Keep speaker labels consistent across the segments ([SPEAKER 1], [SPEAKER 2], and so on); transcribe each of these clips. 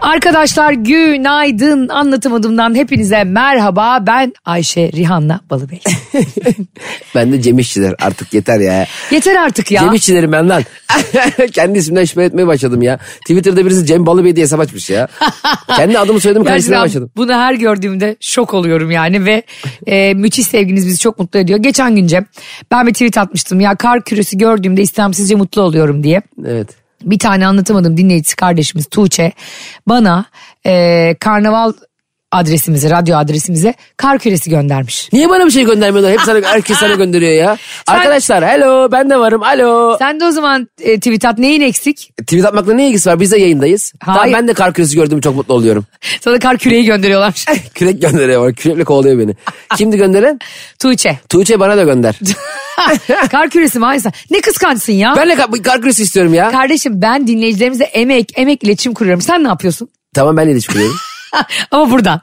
[SPEAKER 1] Arkadaşlar günaydın anlatamadığımdan hepinize merhaba ben Ayşe Rihanna Balıbey.
[SPEAKER 2] Ben de Cem İşçiler artık yeter ya.
[SPEAKER 1] Yeter artık ya.
[SPEAKER 2] Cem İşçilerim ben lan. Kendi isimden şüphe etmeye başladım ya. Twitter'da birisi Cem Balıbey diye hesap açmış ya. Kendi adımı söyledim karşısına
[SPEAKER 1] Gerçekten
[SPEAKER 2] başladım.
[SPEAKER 1] bunu her gördüğümde şok oluyorum yani ve e, müthiş sevginiz bizi çok mutlu ediyor. Geçen gün Cem ben bir tweet atmıştım ya kar küresi gördüğümde istemsizce mutlu oluyorum diye.
[SPEAKER 2] Evet.
[SPEAKER 1] bir tane anlatamadım dinleyicisi kardeşimiz Tuğçe bana e, karnaval adresimize, radyo adresimize kar küresi göndermiş.
[SPEAKER 2] Niye bana bir şey göndermiyorlar? Hep sana, herkes sana gönderiyor ya. Arkadaşlar hello ben de varım alo.
[SPEAKER 1] Sen de o zaman e, tweet at neyin eksik?
[SPEAKER 2] Tweet atmakla ne ilgisi var? Biz de yayındayız.
[SPEAKER 1] Hayır.
[SPEAKER 2] Tamam ben de kar küresi gördüm çok mutlu oluyorum.
[SPEAKER 1] Sana kar küreği gönderiyorlar.
[SPEAKER 2] Kürek gönderiyor bana. Kürekle kovalıyor beni. Kimdi gönderen?
[SPEAKER 1] Tuğçe.
[SPEAKER 2] Tuğçe bana da gönder.
[SPEAKER 1] kar küresi mi? Ay sen- Ne kıskançsın ya.
[SPEAKER 2] ben de kar, kar küresi istiyorum ya.
[SPEAKER 1] Kardeşim ben dinleyicilerimize emek, emek iletişim kuruyorum. Sen ne yapıyorsun?
[SPEAKER 2] Tamam ben de ilişki kuruyorum.
[SPEAKER 1] Ama buradan.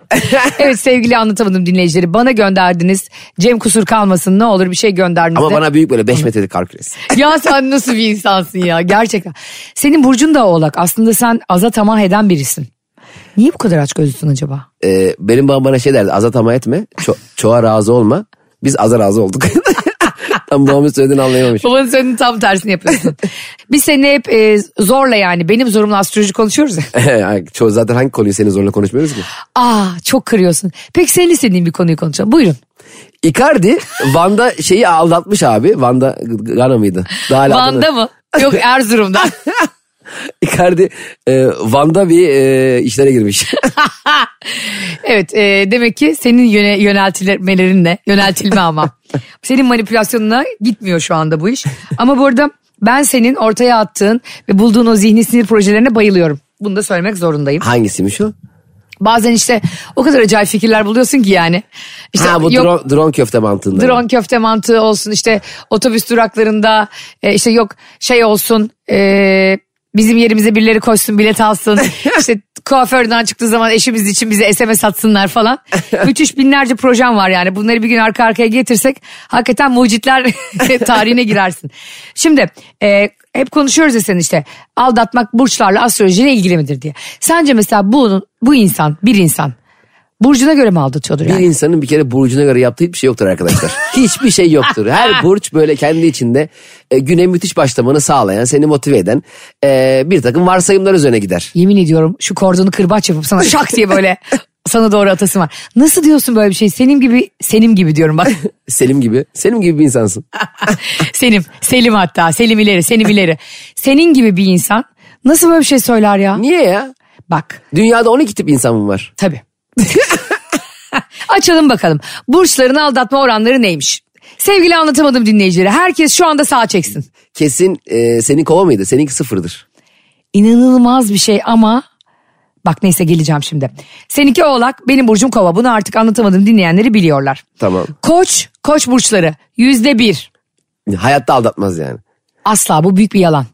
[SPEAKER 1] evet sevgili anlatamadım dinleyicileri. Bana gönderdiniz. Cem kusur kalmasın ne olur bir şey gönderdiniz.
[SPEAKER 2] Ama
[SPEAKER 1] de.
[SPEAKER 2] bana büyük böyle 5 metrelik kar küresi.
[SPEAKER 1] ya sen nasıl bir insansın ya gerçekten. Senin burcun da oğlak. Aslında sen aza tamah eden birisin. Niye bu kadar aç acaba?
[SPEAKER 2] Ee, benim babam bana şey derdi azat ama etme ço- çoğa razı olma biz aza razı olduk. Tam babamın söylediğini anlayamamış.
[SPEAKER 1] Babanın söylediğinin tam tersini yapıyorsun. Biz seni hep e, zorla yani benim zorumla astroloji konuşuyoruz ya.
[SPEAKER 2] Yani Çoğu zaten hangi konuyu senin zorla konuşmuyoruz ki?
[SPEAKER 1] Aa çok kırıyorsun. Peki senin istediğin bir konuyu konuşalım. Buyurun.
[SPEAKER 2] Icardi Van'da şeyi aldatmış abi. Van'da Gana mıydı? Daha hala adını-
[SPEAKER 1] Van'da mı? Yok Erzurum'da.
[SPEAKER 2] Icardi e, Van'da bir e, işlere girmiş.
[SPEAKER 1] evet e, demek ki senin yöne, yöneltilmelerinle yöneltilme ama. Senin manipülasyonuna gitmiyor şu anda bu iş. Ama bu arada ben senin ortaya attığın ve bulduğun o zihni sinir projelerine bayılıyorum. Bunu da söylemek zorundayım.
[SPEAKER 2] Hangisiymiş o?
[SPEAKER 1] Bazen işte o kadar acayip fikirler buluyorsun ki yani. İşte
[SPEAKER 2] ha bu
[SPEAKER 1] yok-
[SPEAKER 2] drone, drone köfte mantığında.
[SPEAKER 1] Drone köfte mantığı olsun işte otobüs duraklarında e, işte yok şey olsun e, bizim yerimize birileri koşsun bilet alsın işte kuaförden çıktığı zaman eşimiz için bize SMS atsınlar falan. Müthiş binlerce projem var yani bunları bir gün arka arkaya getirsek hakikaten mucitler tarihine girersin. Şimdi e, hep konuşuyoruz ya sen işte aldatmak burçlarla astrolojiyle ilgili midir diye. Sence mesela bu, bu insan bir insan burcuna göre mi aldatıyordur
[SPEAKER 2] Bir
[SPEAKER 1] yani?
[SPEAKER 2] insanın bir kere burcuna göre yaptığı hiçbir şey yoktur arkadaşlar. hiçbir şey yoktur. Her burç böyle kendi içinde e, güne müthiş başlamanı sağlayan, seni motive eden e, bir takım varsayımlar üzerine gider.
[SPEAKER 1] Yemin ediyorum şu kordonu kırbaç yapıp sana şak diye böyle sana doğru atası var. Nasıl diyorsun böyle bir şey? Senim gibi, senim gibi diyorum bak.
[SPEAKER 2] Selim gibi. Selim gibi bir insansın.
[SPEAKER 1] Senim, Selim hatta, Selim ileri, Senim ileri. Senin gibi bir insan nasıl böyle bir şey söyler ya?
[SPEAKER 2] Niye ya?
[SPEAKER 1] Bak,
[SPEAKER 2] Dünyada 12 tip insan mı var?
[SPEAKER 1] tabii. Açalım bakalım. Burçların aldatma oranları neymiş? Sevgili anlatamadım dinleyicileri. Herkes şu anda sağ çeksin.
[SPEAKER 2] Kesin e, senin kova mıydı? Seninki sıfırdır.
[SPEAKER 1] İnanılmaz bir şey ama bak neyse geleceğim şimdi. Seninki oğlak, benim burcum kova. Bunu artık anlatamadım dinleyenleri biliyorlar.
[SPEAKER 2] Tamam.
[SPEAKER 1] Koç, koç burçları yüzde bir.
[SPEAKER 2] Hayatta aldatmaz yani.
[SPEAKER 1] Asla bu büyük bir yalan.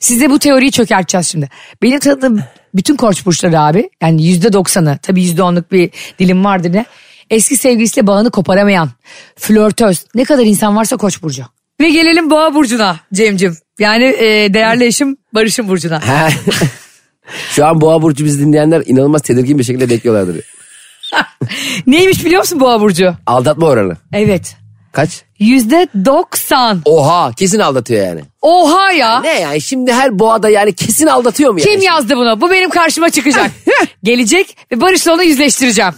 [SPEAKER 1] Size bu teoriyi çökerteceğiz şimdi. Benim tanıdığım bütün koç burçları abi yani yüzde doksanı tabii yüzde onluk bir dilim vardır ne. Eski sevgilisiyle bağını koparamayan, flörtöz ne kadar insan varsa koç burcu. Ve gelelim boğa burcuna Cem'cim. Yani e, değerli eşim Barış'ın burcuna.
[SPEAKER 2] He. Şu an Boğa Burcu bizi dinleyenler inanılmaz tedirgin bir şekilde bekliyorlardır.
[SPEAKER 1] Neymiş biliyor musun boğa burcu?
[SPEAKER 2] Aldatma oranı.
[SPEAKER 1] Evet.
[SPEAKER 2] Kaç?
[SPEAKER 1] Yüzde doksan.
[SPEAKER 2] Oha kesin aldatıyor yani.
[SPEAKER 1] Oha ya.
[SPEAKER 2] Ne yani şimdi her boğada yani kesin aldatıyor mu yani?
[SPEAKER 1] Kim yazdı bunu? Bu benim karşıma çıkacak. Gelecek ve Barış'la onu yüzleştireceğim.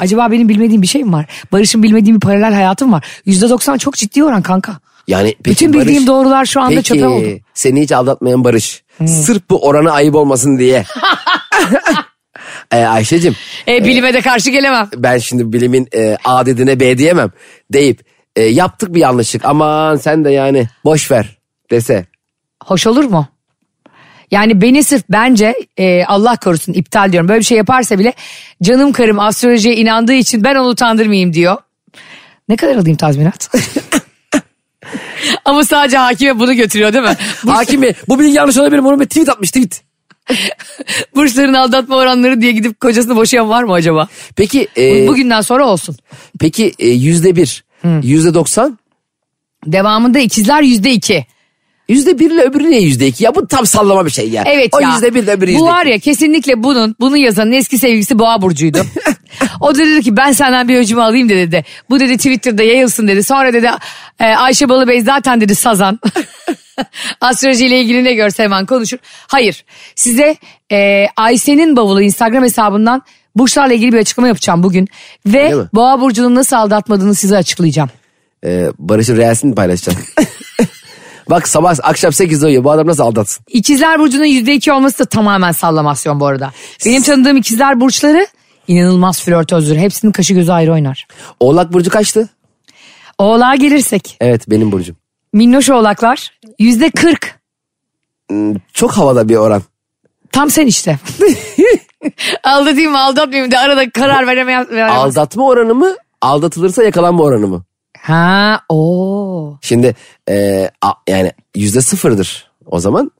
[SPEAKER 1] Acaba benim bilmediğim bir şey mi var? Barış'ın bilmediğim bir paralel hayatım var. Yüzde doksan çok ciddi oran kanka.
[SPEAKER 2] Yani peki
[SPEAKER 1] Bütün bildiğim
[SPEAKER 2] Barış-
[SPEAKER 1] doğrular şu anda çöpe oldu. Hmm.
[SPEAKER 2] seni hiç aldatmayan Barış. Sırf bu orana ayıp olmasın diye. ee, Ayşe'cim
[SPEAKER 1] E, bilime de karşı gelemem.
[SPEAKER 2] ben şimdi bilimin e, A dediğine B diyemem deyip e, yaptık bir yanlışlık aman sen de yani boş ver dese.
[SPEAKER 1] Hoş olur mu? Yani beni sırf bence e, Allah korusun iptal diyorum. Böyle bir şey yaparsa bile canım karım astrolojiye inandığı için ben onu utandırmayayım diyor. Ne kadar alayım tazminat? Ama sadece hakime bunu götürüyor değil mi? Bu
[SPEAKER 2] Hakimi bu bilgi yanlış olabilir mi? Onu bir tweet atmış tweet.
[SPEAKER 1] Burçların aldatma oranları diye gidip kocasını boşayan var mı acaba?
[SPEAKER 2] Peki e,
[SPEAKER 1] Bugünden sonra olsun.
[SPEAKER 2] peki e, yüzde bir,
[SPEAKER 1] Hmm.
[SPEAKER 2] yüzde doksan,
[SPEAKER 1] Devamında ikizler yüzde iki.
[SPEAKER 2] yüzde bir ile öbürü niye yüzde iki? Ya bu tam sallama bir şey ya.
[SPEAKER 1] Evet
[SPEAKER 2] o
[SPEAKER 1] ya.
[SPEAKER 2] yüzde bir ile öbürü yüzde
[SPEAKER 1] Bu
[SPEAKER 2] iki.
[SPEAKER 1] var ya kesinlikle bunun, bunu yazanın eski sevgilisi Boğa Burcu'ydu. o da dedi ki ben senden bir öcümü alayım dedi. dedi. Bu dedi Twitter'da yayılsın dedi. Sonra dedi e, Ayşe Balıbey zaten dedi sazan. Astrolojiyle ilgili ne görse hemen konuşur. Hayır size e, Ayşe'nin bavulu Instagram hesabından burçlarla ilgili bir açıklama yapacağım bugün. Ve
[SPEAKER 2] Öyle mi?
[SPEAKER 1] Boğa Burcu'nun nasıl aldatmadığını size açıklayacağım.
[SPEAKER 2] Ee, Barış'ın reelsini paylaşacağım. Bak sabah akşam 8'de uyuyor. Bu adam nasıl aldatsın?
[SPEAKER 1] İkizler Burcu'nun %2 olması da tamamen sallamasyon bu arada. Benim tanıdığım ikizler burçları inanılmaz flörtözdür. Hepsinin kaşı gözü ayrı oynar.
[SPEAKER 2] Oğlak Burcu kaçtı?
[SPEAKER 1] Oğlağa gelirsek.
[SPEAKER 2] Evet benim Burcum.
[SPEAKER 1] Minnoş oğlaklar %40.
[SPEAKER 2] Çok havada bir oran.
[SPEAKER 1] Tam sen işte. Aldatayım mı aldatmayayım de arada karar veremeyen. veremez.
[SPEAKER 2] Aldatma oranı mı? Aldatılırsa yakalanma oranı mı?
[SPEAKER 1] Ha o.
[SPEAKER 2] Şimdi e, a- yani yüzde sıfırdır o zaman.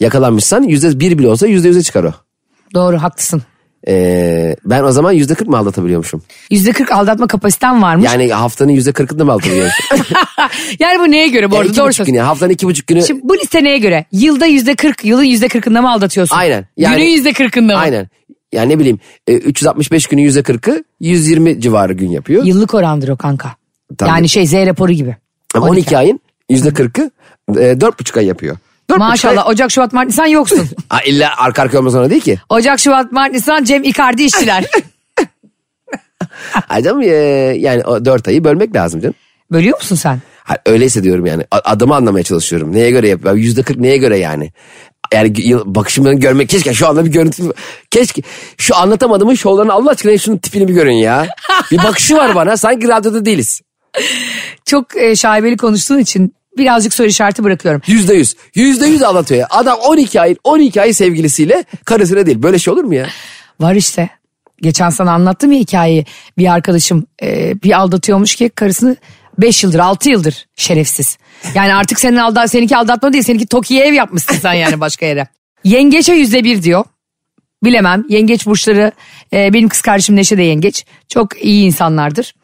[SPEAKER 2] Yakalanmışsan yüzde bir bile olsa yüzde yüze çıkar o.
[SPEAKER 1] Doğru haklısın.
[SPEAKER 2] E, ben o zaman yüzde kırk mı aldatabiliyormuşum?
[SPEAKER 1] %40 aldatma kapasiten varmış. Yani,
[SPEAKER 2] Yani haftanın yüzde kırkını mı aldatabiliyormuşum?
[SPEAKER 1] bu neye göre bu
[SPEAKER 2] Yani
[SPEAKER 1] arada? Doğru
[SPEAKER 2] iki buçuk
[SPEAKER 1] söylüyorsun.
[SPEAKER 2] günü, haftanın iki buçuk günü.
[SPEAKER 1] Şimdi bu liste neye göre? Yılda %40, yılın %40'ında mı aldatıyorsun?
[SPEAKER 2] Aynen. Yani-
[SPEAKER 1] Günün %40'ında mı?
[SPEAKER 2] Aynen. Yani ne bileyim e, 365 günü yüzde kırkı 120 civarı gün yapıyor.
[SPEAKER 1] Yıllık orandır o kanka.
[SPEAKER 2] Tabii.
[SPEAKER 1] Yani şey Z raporu gibi.
[SPEAKER 2] Ama 12, ayın yüzde kırkı e, dört buçuk ay yapıyor. Dört
[SPEAKER 1] Maşallah Ocak, Şubat, Mart, Nisan yoksun.
[SPEAKER 2] buçuk ay- Ha, illa arka arkaya olmak zorunda değil ki.
[SPEAKER 1] Ocak, Şubat, Mart, Nisan Cem İkardi işçiler.
[SPEAKER 2] Adam e, yani o dört ayı bölmek lazım canım.
[SPEAKER 1] Bölüyor musun sen?
[SPEAKER 2] Ha, öyleyse diyorum yani A- adımı anlamaya çalışıyorum. Neye göre yapıyor? Yüzde kırk neye göre yani? Yani gü- yıl- bakışımdan görmek keşke şu anda bir görüntü keşke şu anlatamadığımın şovlarını Allah aşkına şunun tipini bir görün ya. Bir bakışı var bana sanki radyoda değiliz.
[SPEAKER 1] Çok e, şaibeli konuştuğun için birazcık soru işareti bırakıyorum.
[SPEAKER 2] Yüzde yüz. Yüzde yüz anlatıyor ya. Adam 12 ay, 12 ay sevgilisiyle karısına değil. Böyle şey olur mu ya?
[SPEAKER 1] Var işte. Geçen sana anlattım ya hikayeyi. Bir arkadaşım e, bir aldatıyormuş ki karısını 5 yıldır 6 yıldır şerefsiz. Yani artık senin aldat, seninki aldatma değil seninki Toki'ye ev yapmışsın sen yani başka yere. Yengeçe yüzde bir diyor. Bilemem yengeç burçları e, benim kız kardeşim Neşe de yengeç. Çok iyi insanlardır.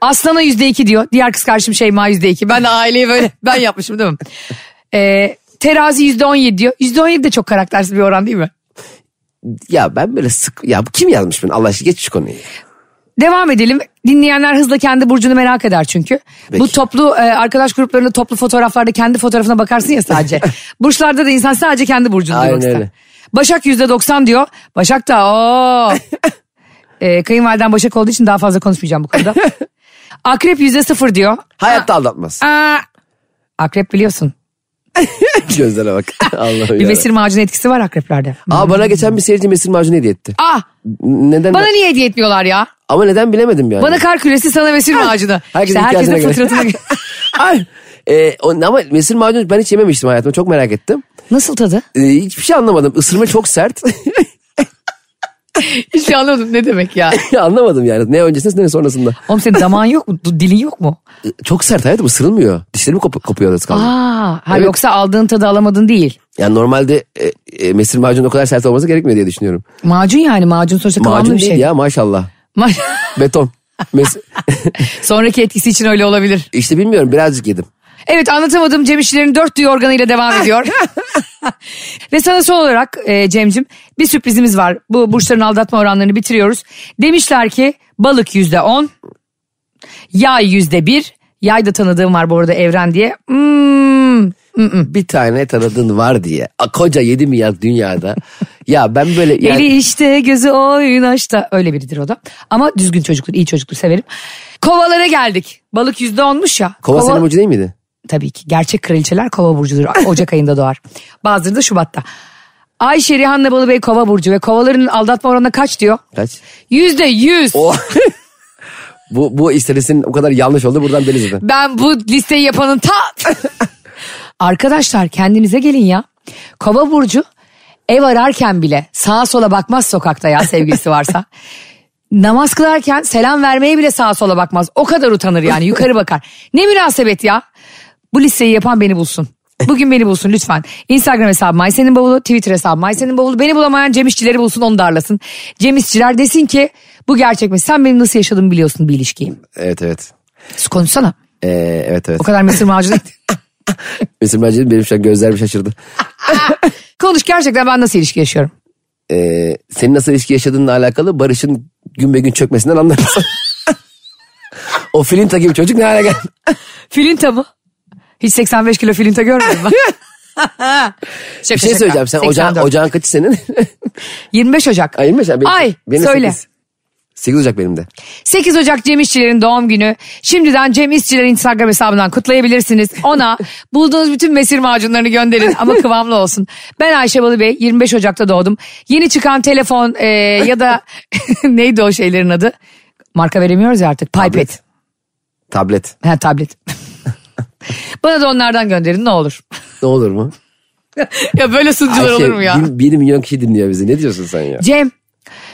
[SPEAKER 1] Aslan'a yüzde iki diyor. Diğer kız kardeşim Şeyma yüzde iki. Ben de aileyi böyle ben yapmışım değil mi? E, terazi yüzde on yedi diyor. Yüzde on yedi de çok karaktersiz bir oran değil mi?
[SPEAKER 2] Ya ben böyle sık... Ya bu kim yazmış bunu? Allah aşkına geç şu konuyu.
[SPEAKER 1] Devam edelim. Dinleyenler hızla kendi burcunu merak eder çünkü.
[SPEAKER 2] Peki.
[SPEAKER 1] Bu toplu e, arkadaş gruplarında toplu fotoğraflarda kendi fotoğrafına bakarsın ya sadece. Burçlarda da insan sadece kendi burcunu
[SPEAKER 2] Aynen
[SPEAKER 1] duymak ister.
[SPEAKER 2] öyle.
[SPEAKER 1] Başak yüzde doksan diyor. Başak da o. e, kayınvaliden Başak olduğu için daha fazla konuşmayacağım bu konuda. Akrep yüzde sıfır diyor.
[SPEAKER 2] Hayatta aldatmaz.
[SPEAKER 1] Aa, akrep biliyorsun.
[SPEAKER 2] Gözlere bak. Allah'ım
[SPEAKER 1] Bir
[SPEAKER 2] ya.
[SPEAKER 1] mesir macunu etkisi var akreplerde.
[SPEAKER 2] Aa bana geçen bir seyirci mesir macunu hediye etti.
[SPEAKER 1] Ah
[SPEAKER 2] Neden?
[SPEAKER 1] bana niye hediye etmiyorlar ya?
[SPEAKER 2] Ama neden bilemedim yani.
[SPEAKER 1] Bana kar küresi sana mesir macunu.
[SPEAKER 2] Herkesin
[SPEAKER 1] İşte herkesin
[SPEAKER 2] ihtiyacına göre.
[SPEAKER 1] fıtratına göre.
[SPEAKER 2] Ay. Ee, o- ama mesir macunu ben hiç yememiştim hayatımda. Çok merak ettim.
[SPEAKER 1] Nasıl tadı?
[SPEAKER 2] Ee, hiçbir şey anlamadım. Isırma çok sert.
[SPEAKER 1] Hiç şey anlamadım ne demek ya.
[SPEAKER 2] anlamadım yani. Ne öncesinde ne sonrasında.
[SPEAKER 1] Oğlum senin damağın yok mu? Du- Dilin yok mu?
[SPEAKER 2] Ee, Çok sert hayatım ısırılmıyor. Dişlerim kop- kopuyor az kaldı.
[SPEAKER 1] Aa, ha
[SPEAKER 2] Evet.
[SPEAKER 1] yoksa aldığın tadı alamadın değil.
[SPEAKER 2] Yani normalde e, e, mesir macunu o kadar sert olması gerekmiyor diye düşünüyorum.
[SPEAKER 1] Macun yani macun sonuçta kıvamlı
[SPEAKER 2] Macun
[SPEAKER 1] bir
[SPEAKER 2] değil
[SPEAKER 1] şey.
[SPEAKER 2] ya maşallah.
[SPEAKER 1] Ma-
[SPEAKER 2] Beton. Mes-
[SPEAKER 1] Sonraki etkisi için öyle olabilir.
[SPEAKER 2] işte bilmiyorum birazcık yedim.
[SPEAKER 1] Evet anlatamadığım Cem İşçilerin dört duyu organıyla devam ediyor. Ve sana son olarak e, Cem'cim bir sürprizimiz var. Bu burçların aldatma oranlarını bitiriyoruz. Demişler ki balık yüzde on, yay yüzde bir. Yay da tanıdığım var bu arada Evren diye. Hmm,
[SPEAKER 2] Bir tane tanıdığın var diye. A, koca 7 milyar dünyada. ya ben böyle yani,
[SPEAKER 1] Eli işte gözü oynaşta. Öyle biridir o da. Ama düzgün çocuktur, iyi çocuktur severim. Kovalara geldik. Balık yüzde onmuş ya.
[SPEAKER 2] kova, senin burcu değil miydi?
[SPEAKER 1] Tabii ki. Gerçek kraliçeler kova burcudur. Ocak ayında doğar. Bazıları da Şubat'ta. Ayşe Rihanna Balıbey kova burcu ve kovaların aldatma oranına kaç diyor?
[SPEAKER 2] Kaç?
[SPEAKER 1] Yüzde yüz.
[SPEAKER 2] O bu bu istatistin o kadar yanlış oldu buradan belli zaten.
[SPEAKER 1] Ben bu listeyi yapanın ta... Arkadaşlar kendinize gelin ya. Kova Burcu ev ararken bile sağa sola bakmaz sokakta ya sevgilisi varsa. Namaz kılarken selam vermeye bile sağa sola bakmaz. O kadar utanır yani yukarı bakar. Ne münasebet ya. Bu listeyi yapan beni bulsun. Bugün beni bulsun lütfen. Instagram hesabım Aysen'in bavulu, Twitter hesabım Aysen'in bavulu. Beni bulamayan Cem İşçileri bulsun onu darlasın. Cem İşçiler desin ki bu gerçek mi? Sen benim nasıl yaşadığımı biliyorsun bir ilişkiyi.
[SPEAKER 2] Evet evet.
[SPEAKER 1] Sus konuşsana.
[SPEAKER 2] Ee, evet evet.
[SPEAKER 1] O kadar mısır macunu.
[SPEAKER 2] Mesela bence benim şu an gözlerim şaşırdı.
[SPEAKER 1] Konuş gerçekten ben nasıl ilişki yaşıyorum.
[SPEAKER 2] Ee, senin nasıl ilişki yaşadığınla alakalı Barış'ın gün be gün çökmesinden anlarsın. o filin gibi çocuk ne hale şey geldi?
[SPEAKER 1] Filinta mı? Hiç 85 kilo filinta görmedim ben. şaka,
[SPEAKER 2] Bir şey söyleyeceğim. Sen ocağın, ocağın kaçı senin?
[SPEAKER 1] 25 Ocak.
[SPEAKER 2] Ay, 25 benim,
[SPEAKER 1] Ay
[SPEAKER 2] benim
[SPEAKER 1] söyle.
[SPEAKER 2] 8. 8 Ocak benim de.
[SPEAKER 1] 8 Ocak Cem İşçilerin doğum günü. Şimdiden Cem İşçiler Instagram hesabından kutlayabilirsiniz. Ona bulduğunuz bütün mesir macunlarını gönderin ama kıvamlı olsun. Ben Ayşe Balıbey 25 Ocak'ta doğdum. Yeni çıkan telefon e, ya da neydi o şeylerin adı? Marka veremiyoruz ya artık. Pipet.
[SPEAKER 2] Tablet.
[SPEAKER 1] Ha, tablet. Bana da onlardan gönderin ne olur.
[SPEAKER 2] Ne olur mu?
[SPEAKER 1] ya böyle sunucular
[SPEAKER 2] şey,
[SPEAKER 1] olur mu ya?
[SPEAKER 2] 1, milyon kişi dinliyor bizi. Ne diyorsun sen ya?
[SPEAKER 1] Cem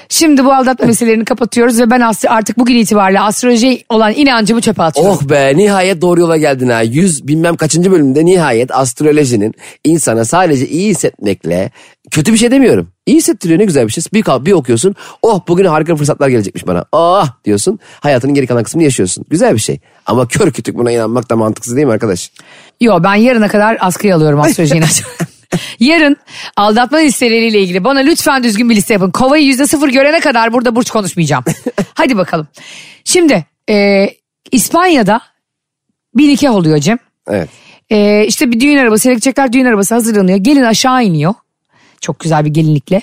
[SPEAKER 1] Şimdi bu aldatma meselelerini kapatıyoruz ve ben as- artık bugün itibariyle astrolojiye olan inancımı çöpe atıyorum.
[SPEAKER 2] Oh be nihayet doğru yola geldin ha. Yüz bilmem kaçıncı bölümde nihayet astrolojinin insana sadece iyi hissetmekle kötü bir şey demiyorum. İyi hissettiriyor ne güzel bir şey. Bir, kal- bir okuyorsun oh bugün harika fırsatlar gelecekmiş bana. Ah diyorsun hayatının geri kalan kısmını yaşıyorsun. Güzel bir şey. Ama kör kütük buna inanmak da mantıksız değil mi arkadaş?
[SPEAKER 1] Yo ben yarına kadar askıya alıyorum astroloji inancımı. Yarın aldatma listeleriyle ilgili bana lütfen düzgün bir liste yapın. Kovayı yüzde sıfır görene kadar burada burç konuşmayacağım. Hadi bakalım. Şimdi e, İspanya'da bir nikah oluyor Cem.
[SPEAKER 2] Evet.
[SPEAKER 1] Ee, işte bir düğün arabası, elektrikler düğün arabası hazırlanıyor. Gelin aşağı iniyor. Çok güzel bir gelinlikle.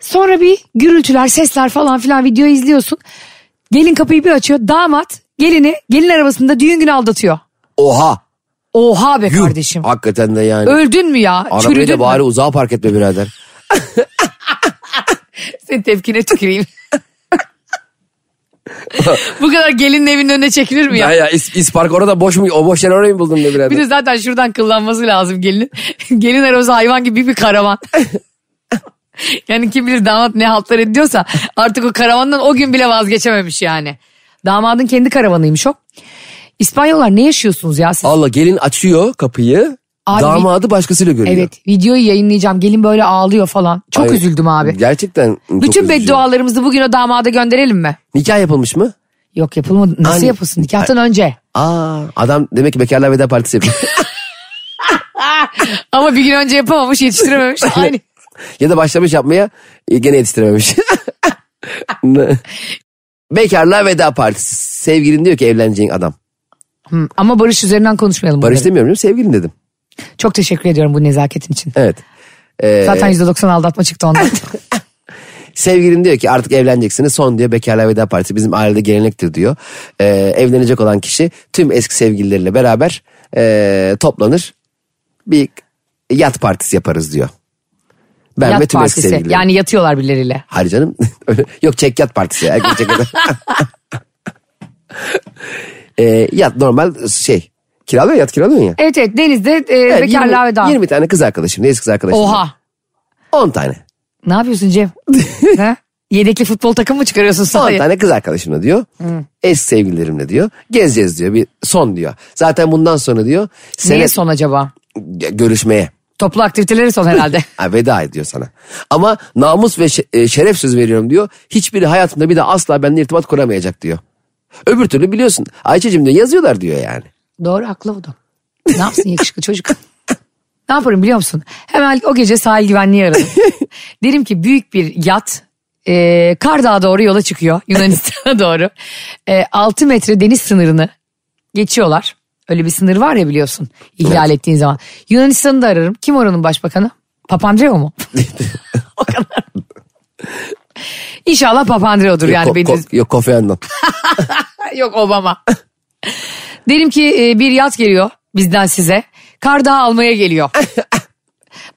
[SPEAKER 1] Sonra bir gürültüler, sesler falan filan video izliyorsun. Gelin kapıyı bir açıyor. Damat gelini gelin arabasında düğün günü aldatıyor.
[SPEAKER 2] Oha.
[SPEAKER 1] Oha be
[SPEAKER 2] yuh.
[SPEAKER 1] kardeşim.
[SPEAKER 2] Hakikaten de yani.
[SPEAKER 1] Öldün mü ya?
[SPEAKER 2] Arabayı
[SPEAKER 1] Çürüdün
[SPEAKER 2] da
[SPEAKER 1] mü?
[SPEAKER 2] bari uzağa park etme birader.
[SPEAKER 1] Senin tepkine tüküreyim. Bu kadar gelinin evinin önüne çekilir mi ya?
[SPEAKER 2] Ya ya is, is park orada boş mu? O boş yer orayı mı buldun be birader?
[SPEAKER 1] Bir de zaten şuradan kıllanması lazım gelinin. Gelin arabası hayvan gibi bir karavan. yani kim bilir damat ne haltlar ediyorsa artık o karavandan o gün bile vazgeçememiş yani. Damadın kendi karavanıymış o. İspanyollar ne yaşıyorsunuz ya siz?
[SPEAKER 2] Allah gelin açıyor kapıyı.
[SPEAKER 1] Abi-
[SPEAKER 2] damadı başkasıyla görüyor.
[SPEAKER 1] Evet videoyu yayınlayacağım gelin böyle ağlıyor falan. Çok
[SPEAKER 2] Ay,
[SPEAKER 1] üzüldüm abi.
[SPEAKER 2] Gerçekten
[SPEAKER 1] Bütün
[SPEAKER 2] çok üzücü.
[SPEAKER 1] beddualarımızı bugün o damada gönderelim mi?
[SPEAKER 2] Nikah yapılmış mı?
[SPEAKER 1] Yok yapılmadı. Nasıl
[SPEAKER 2] Hani-
[SPEAKER 1] yapılsın nikahtan önce?
[SPEAKER 2] Aa adam demek ki bekarlar veda partisi yapıyor.
[SPEAKER 1] Ama bir gün önce yapamamış yetiştirememiş. Hani? Aynı.
[SPEAKER 2] ya da başlamış yapmaya e, gene yetiştirememiş. bekarlar veda partisi. Sevgilin diyor ki evleneceğin adam.
[SPEAKER 1] Hı, Ama Barış üzerinden konuşmayalım.
[SPEAKER 2] Barış
[SPEAKER 1] bunları.
[SPEAKER 2] demiyorum değil mi? Sevgilin dedim.
[SPEAKER 1] Çok teşekkür ediyorum bu nezaketin için.
[SPEAKER 2] Evet.
[SPEAKER 1] Zaten %90 aldatma çıktı ondan.
[SPEAKER 2] Sevgilin diyor ki artık evleneceksiniz. Son diyor bekarlar veda partisi bizim ailede gelenektir diyor. Ee, evlenecek olan kişi tüm eski sevgilileriyle beraber ee, toplanır. Bir yat partisi yaparız diyor. Ben ve
[SPEAKER 1] Yat
[SPEAKER 2] tüm eski
[SPEAKER 1] partisi.
[SPEAKER 2] sevgililerim.
[SPEAKER 1] Yani yatıyorlar birileriyle.
[SPEAKER 2] Hayır canım. Öyle- Yok çek yat partisi. ya. Erkek çek yat. Ee, yat normal şey. Kiralıyor yat kiralıyor ya.
[SPEAKER 1] Evet evet denizde e,
[SPEAKER 2] Evet,
[SPEAKER 1] bekarlığa
[SPEAKER 2] 20
[SPEAKER 1] veda.
[SPEAKER 2] 20 tane kız arkadaşım. Neyse kız arkadaşım.
[SPEAKER 1] Oha.
[SPEAKER 2] 10 tane.
[SPEAKER 1] Ne yapıyorsun Cem? ha? Yedekli futbol takımı mı çıkarıyorsun
[SPEAKER 2] 10
[SPEAKER 1] sahaya?
[SPEAKER 2] tane kız arkadaşımla diyor. Eski sevgililerimle diyor. Gezeceğiz diyor. Bir son diyor. Zaten bundan sonra diyor. Sene
[SPEAKER 1] Neye son acaba?
[SPEAKER 2] görüşmeye.
[SPEAKER 1] Toplu aktiviteleri son herhalde.
[SPEAKER 2] Ha, veda ediyor sana. Ama namus ve şe- e, şeref söz veriyorum diyor. Hiçbiri hayatında bir daha asla benimle irtibat kuramayacak diyor. Öbür türlü biliyorsun. Ayça'cığım diyor yazıyorlar diyor yani.
[SPEAKER 1] Doğru haklı o da. Ne yapsın yakışıklı çocuk? Ne yaparım biliyor musun? Hemen o gece sahil güvenliği ararım. Derim ki büyük bir yat e, Kardağ'a doğru yola çıkıyor Yunanistan'a doğru. E, 6 metre deniz sınırını geçiyorlar. Öyle bir sınır var ya biliyorsun ihlal ettiğin zaman. Yunanistan'ı da ararım. Kim oranın başbakanı? Papandreou mu? o kadar. İnşallah Papandreou'dur yani.
[SPEAKER 2] yok, E, ko-
[SPEAKER 1] benim-
[SPEAKER 2] ko- yok Kofi Annan.
[SPEAKER 1] Yok Obama. Derim ki e, bir yat geliyor bizden size. Kar dağı almaya geliyor.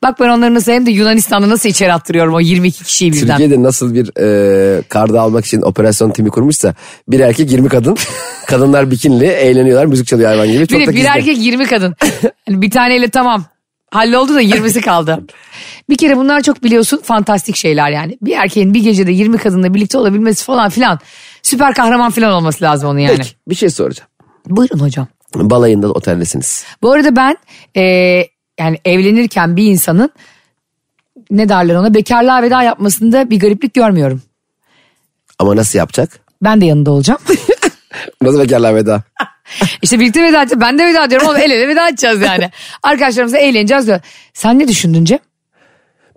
[SPEAKER 1] Bak ben onları nasıl hem de Yunanistan'da nasıl içeri attırıyorum o 22 kişiyi birden.
[SPEAKER 2] Türkiye'de nasıl bir e, karda almak için operasyon timi kurmuşsa bir erkek 20 kadın. Kadınlar bikinli eğleniyorlar müzik çalıyor hayvan gibi. Çok
[SPEAKER 1] Bir,
[SPEAKER 2] da
[SPEAKER 1] de bir
[SPEAKER 2] gizli.
[SPEAKER 1] erkek 20 kadın. Hani bir taneyle tamam. Halloldu da 20'si kaldı. Bir kere bunlar çok biliyorsun fantastik şeyler yani. Bir erkeğin bir gecede 20 kadınla birlikte olabilmesi falan filan. Süper kahraman filan olması lazım onun yani.
[SPEAKER 2] Peki, bir şey soracağım.
[SPEAKER 1] Buyurun hocam.
[SPEAKER 2] Balayında oteldesiniz.
[SPEAKER 1] Bu arada ben e, yani evlenirken bir insanın ne derler ona bekarlığa veda yapmasında bir gariplik görmüyorum.
[SPEAKER 2] Ama nasıl yapacak?
[SPEAKER 1] Ben de yanında olacağım.
[SPEAKER 2] Nasıl bekarlar veda?
[SPEAKER 1] işte birlikte veda edeceğiz. Ben de veda diyorum ama el ele veda edeceğiz yani. Arkadaşlarımızla eğleneceğiz diyor. Sen ne düşündün Cem?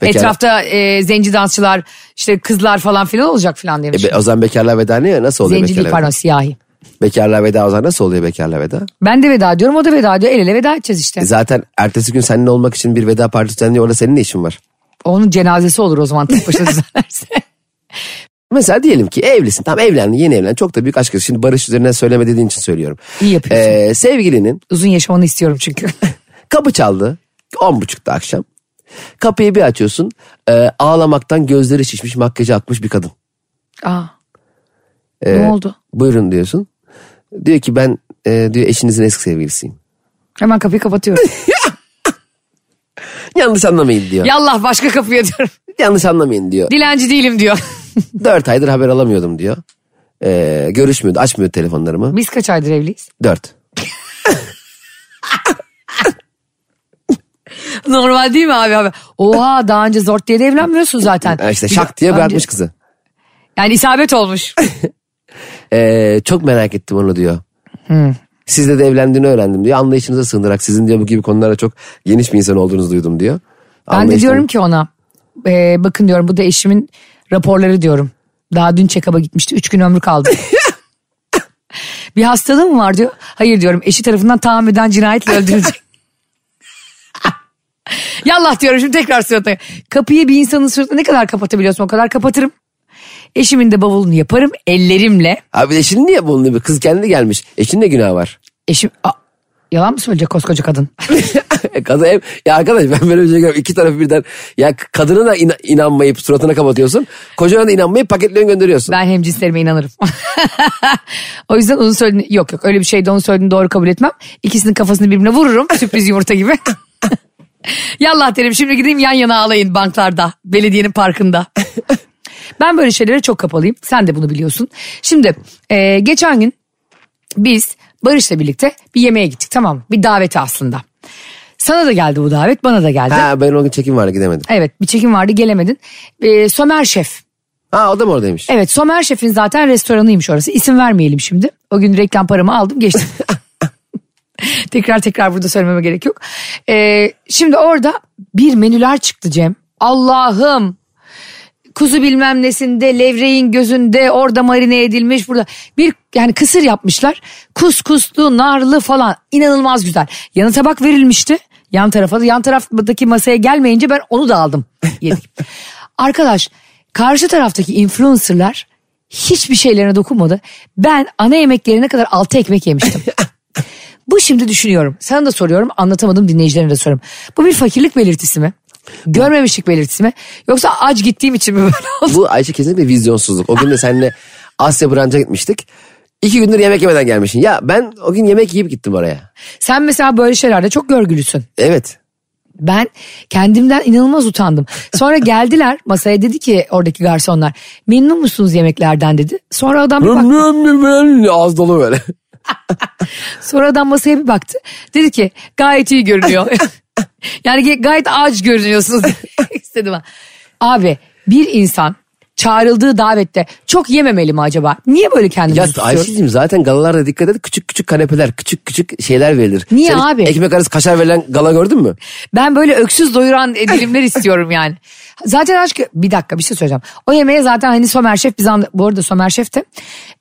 [SPEAKER 2] Bekar-
[SPEAKER 1] Etrafta e, zenci dansçılar, işte kızlar falan filan olacak filan demiş.
[SPEAKER 2] E, be- o zaman bekarlar veda ne ya? Nasıl oluyor
[SPEAKER 1] Zenci değil
[SPEAKER 2] bekarlar
[SPEAKER 1] pardon
[SPEAKER 2] veda?
[SPEAKER 1] siyahi.
[SPEAKER 2] Bekarlar veda o zaman nasıl oluyor bekarlar veda?
[SPEAKER 1] Ben de veda diyorum o da veda diyor. El ele veda edeceğiz işte.
[SPEAKER 2] E, zaten ertesi gün seninle olmak için bir veda partisi düzenliyor. Orada senin ne işin var?
[SPEAKER 1] Onun cenazesi olur o zaman tek başına düzenlerse.
[SPEAKER 2] Mesela diyelim ki evlisin. Tamam evlendin yeni evlen. Çok da büyük aşk. acısı. Şimdi barış üzerine söyleme dediğin için söylüyorum.
[SPEAKER 1] İyi yapıyorsun.
[SPEAKER 2] Ee, sevgilinin
[SPEAKER 1] Uzun yaşamanı istiyorum çünkü.
[SPEAKER 2] kapı çaldı. On buçukta akşam. Kapıyı bir açıyorsun. e, ağlamaktan gözleri şişmiş makyajı akmış bir kadın.
[SPEAKER 1] Aa,
[SPEAKER 2] Ee,
[SPEAKER 1] ne oldu?
[SPEAKER 2] Buyurun diyorsun. Diyor ki ben e, diyor eşinizin eski sevgilisiyim.
[SPEAKER 1] Hemen kapıyı kapatıyorum.
[SPEAKER 2] Yanlış anlamayın diyor.
[SPEAKER 1] Yallah başka kapıya diyorum.
[SPEAKER 2] Yanlış anlamayın diyor.
[SPEAKER 1] Dilenci değilim diyor.
[SPEAKER 2] Dört aydır haber alamıyordum diyor. Ee, görüşmüyordu açmıyor telefonlarımı.
[SPEAKER 1] Biz kaç aydır evliyiz?
[SPEAKER 2] Dört.
[SPEAKER 1] Normal değil mi abi? abi? Oha daha önce zort diye de evlenmiyorsun zaten.
[SPEAKER 2] Yani işte
[SPEAKER 1] Bir de-
[SPEAKER 2] şak diye bırakmış
[SPEAKER 1] Önce-
[SPEAKER 2] kızı.
[SPEAKER 1] Yani isabet olmuş.
[SPEAKER 2] Ee, çok merak ettim onu diyor. Sizle de evlendiğini öğrendim diyor. Anlayışınıza sığınarak sizin diyor bu gibi konulara çok geniş bir insan olduğunuzu duydum diyor.
[SPEAKER 1] ben de diyorum ki ona e, bakın diyorum bu da eşimin raporları diyorum. Daha dün check-up'a gitmişti. Üç gün ömrü kaldı. bir hastalığı mı var diyor. Hayır diyorum eşi tarafından tahammüden cinayetle öldürülecek. Yallah diyorum şimdi tekrar suratına. Kapıyı bir insanın suratına ne kadar kapatabiliyorsun o kadar kapatırım. Eşimin de bavulunu yaparım ellerimle.
[SPEAKER 2] Abi eşin niye bunun bir kız kendi gelmiş. Eşin de günah var.
[SPEAKER 1] Eşim Aa, yalan mı söyleyecek koskoca kadın?
[SPEAKER 2] Kadın ev, ya arkadaş ben böyle bir şey görüyorum. İki tarafı birden ya kadına da ina- inanmayıp suratına kapatıyorsun. Kocana da inanmayıp paketlerini gönderiyorsun.
[SPEAKER 1] Ben hem cinslerime inanırım. o yüzden onu söylediğini yok yok öyle bir şeyde onu söylediğini doğru kabul etmem. İkisinin kafasını birbirine vururum sürpriz yumurta gibi. Yallah derim şimdi gideyim yan yana ağlayın banklarda belediyenin parkında. ben böyle şeylere çok kapalıyım sen de bunu biliyorsun. Şimdi e, geçen gün biz Barış'la birlikte bir yemeğe gittik tamam mı? Bir daveti aslında. Sana da geldi bu davet bana da geldi.
[SPEAKER 2] Ha ben o gün çekim vardı gidemedim.
[SPEAKER 1] Evet bir çekim vardı gelemedin. E, Somer Şef
[SPEAKER 2] Ha o da mı oradaymış?
[SPEAKER 1] Evet Somer Şef'in zaten restoranıymış orası. İsim vermeyelim şimdi. O gün reklam paramı aldım geçtim. tekrar tekrar burada söylememe gerek yok. Ee, şimdi orada bir menüler çıktı Cem. Allah'ım. Kuzu bilmem nesinde, levreğin gözünde, orada marine edilmiş burada. Bir yani kısır yapmışlar. Kuskuslu, narlı falan inanılmaz güzel. Yanı tabak verilmişti. Yan tarafa da yan taraftaki masaya gelmeyince ben onu da aldım. Yedik. Arkadaş karşı taraftaki influencerlar hiçbir şeylerine dokunmadı. Ben ana yemeklerine kadar altı ekmek yemiştim. Bu şimdi düşünüyorum. Sana da soruyorum anlatamadım dinleyicilerine de soruyorum. Bu bir fakirlik belirtisi mi? Görmemişlik belirtisi mi? Yoksa aç gittiğim için mi böyle oldu?
[SPEAKER 2] Bu Ayşe kesinlikle vizyonsuzluk. O gün de seninle Asya Branca gitmiştik. İki gündür yemek yemeden gelmişsin. Ya ben o gün yemek yiyip gittim oraya.
[SPEAKER 1] Sen mesela böyle şeylerde çok görgülüsün.
[SPEAKER 2] Evet.
[SPEAKER 1] Ben kendimden inanılmaz utandım. Sonra geldiler masaya dedi ki oradaki garsonlar memnun musunuz yemeklerden dedi. Sonra adam bir baktı.
[SPEAKER 2] Ağız dolu böyle.
[SPEAKER 1] Sonra adam masaya bir baktı. Dedi ki gayet iyi görünüyor. yani ge- gayet aç görünüyorsunuz istedim ben. Abi bir insan çağrıldığı davette çok yememeli mi acaba? Niye böyle kendimizi
[SPEAKER 2] Ya
[SPEAKER 1] tutuyoruz?
[SPEAKER 2] Ayşe'cim zaten galalarda dikkat et küçük küçük kanepeler küçük küçük şeyler verilir.
[SPEAKER 1] Niye
[SPEAKER 2] Sen hiç
[SPEAKER 1] abi?
[SPEAKER 2] Ekmek arası kaşar verilen gala gördün mü?
[SPEAKER 1] Ben böyle öksüz doyuran e, dilimler istiyorum yani. Zaten aşk bir dakika bir şey söyleyeceğim. O yemeğe zaten hani Somer Şef biz anla- bu arada Somer Şef de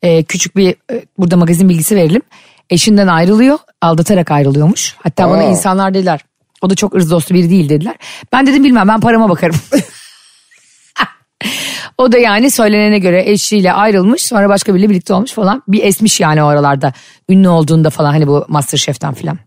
[SPEAKER 1] e, küçük bir e, burada magazin bilgisi verelim. Eşinden ayrılıyor aldatarak ayrılıyormuş. Hatta bana
[SPEAKER 2] Aa.
[SPEAKER 1] insanlar dediler o da çok ırz dostu biri değil dediler. Ben dedim bilmem ben parama bakarım. O da yani söylenene göre eşiyle ayrılmış sonra başka biriyle birlikte olmuş falan. Bir esmiş yani o aralarda ünlü olduğunda falan hani bu Masterchef'ten filan.